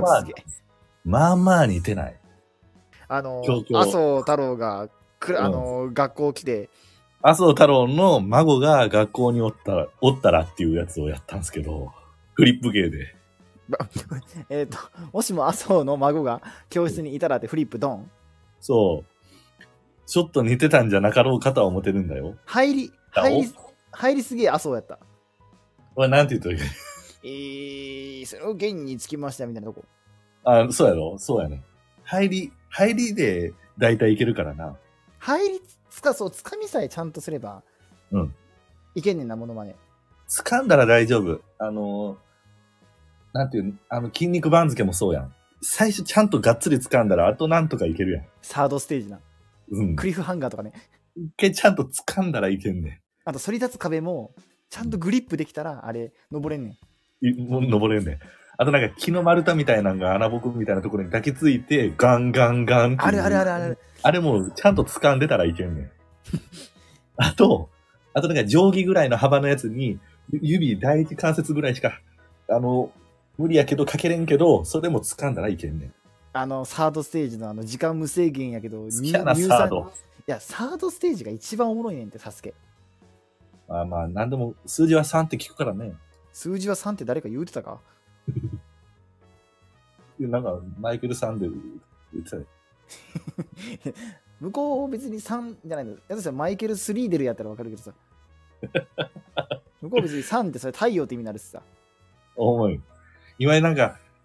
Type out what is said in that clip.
まあすげえまあまあ似てない。あの状況麻生太郎がくら、うんあの学校来て 麻生太郎の孫が学校におったら、おったらっていうやつをやったんですけど、フリップ芸で。えっ、ともしも麻生の孫が教室にいたらってフリップドンそう。ちょっと似てたんじゃなかろうかとは思ってるんだよ。入り入り入りすげえ麻生やったこれなんて言うといいえー、それを現につきましたみたいなとこあ、そうやろそうやね。入り、入りで大体いけるからな。入りつかそうつかみさえちゃんとすれば、うん、いけんねんなものまね掴んだら大丈夫。あのー、なんていうの、あの、筋肉番付もそうやん。最初ちゃんとがっつり掴んだら、あとなんとかいけるやん。サードステージなうん。クリフハンガーとかね一回ちゃんと掴んだらいけんねあと反り立つ壁もちゃんとグリップできたらあれ登れんねんん。いもう登れんねん。あとなんか木の丸太みたいなのが穴ぼこみたいなところに抱きついて、ガンガンガンっていうあれあれあれあれあれもちゃんと掴んでたらいけん ねん。あと、あとなんか定規ぐらいの幅のやつに、指第一関節ぐらいしか、あの、無理やけどかけれんけど、それでも掴んだらいけんねん。あのサードステージのあの時間無制限やけど好きやな、入入サーいド。やサードステージが一番おもろいねんってサスケまあまあ、なんでも数字は3って聞くからね。数字は3って誰か言うてたかなんか、マイケル・サンデル言ってたね向こう別に3じゃないの。やつさマイケル・スリーデルやったらわかるけど さ。向こう別に3ってそれ太陽って意味になるしさ。重い。今なんか、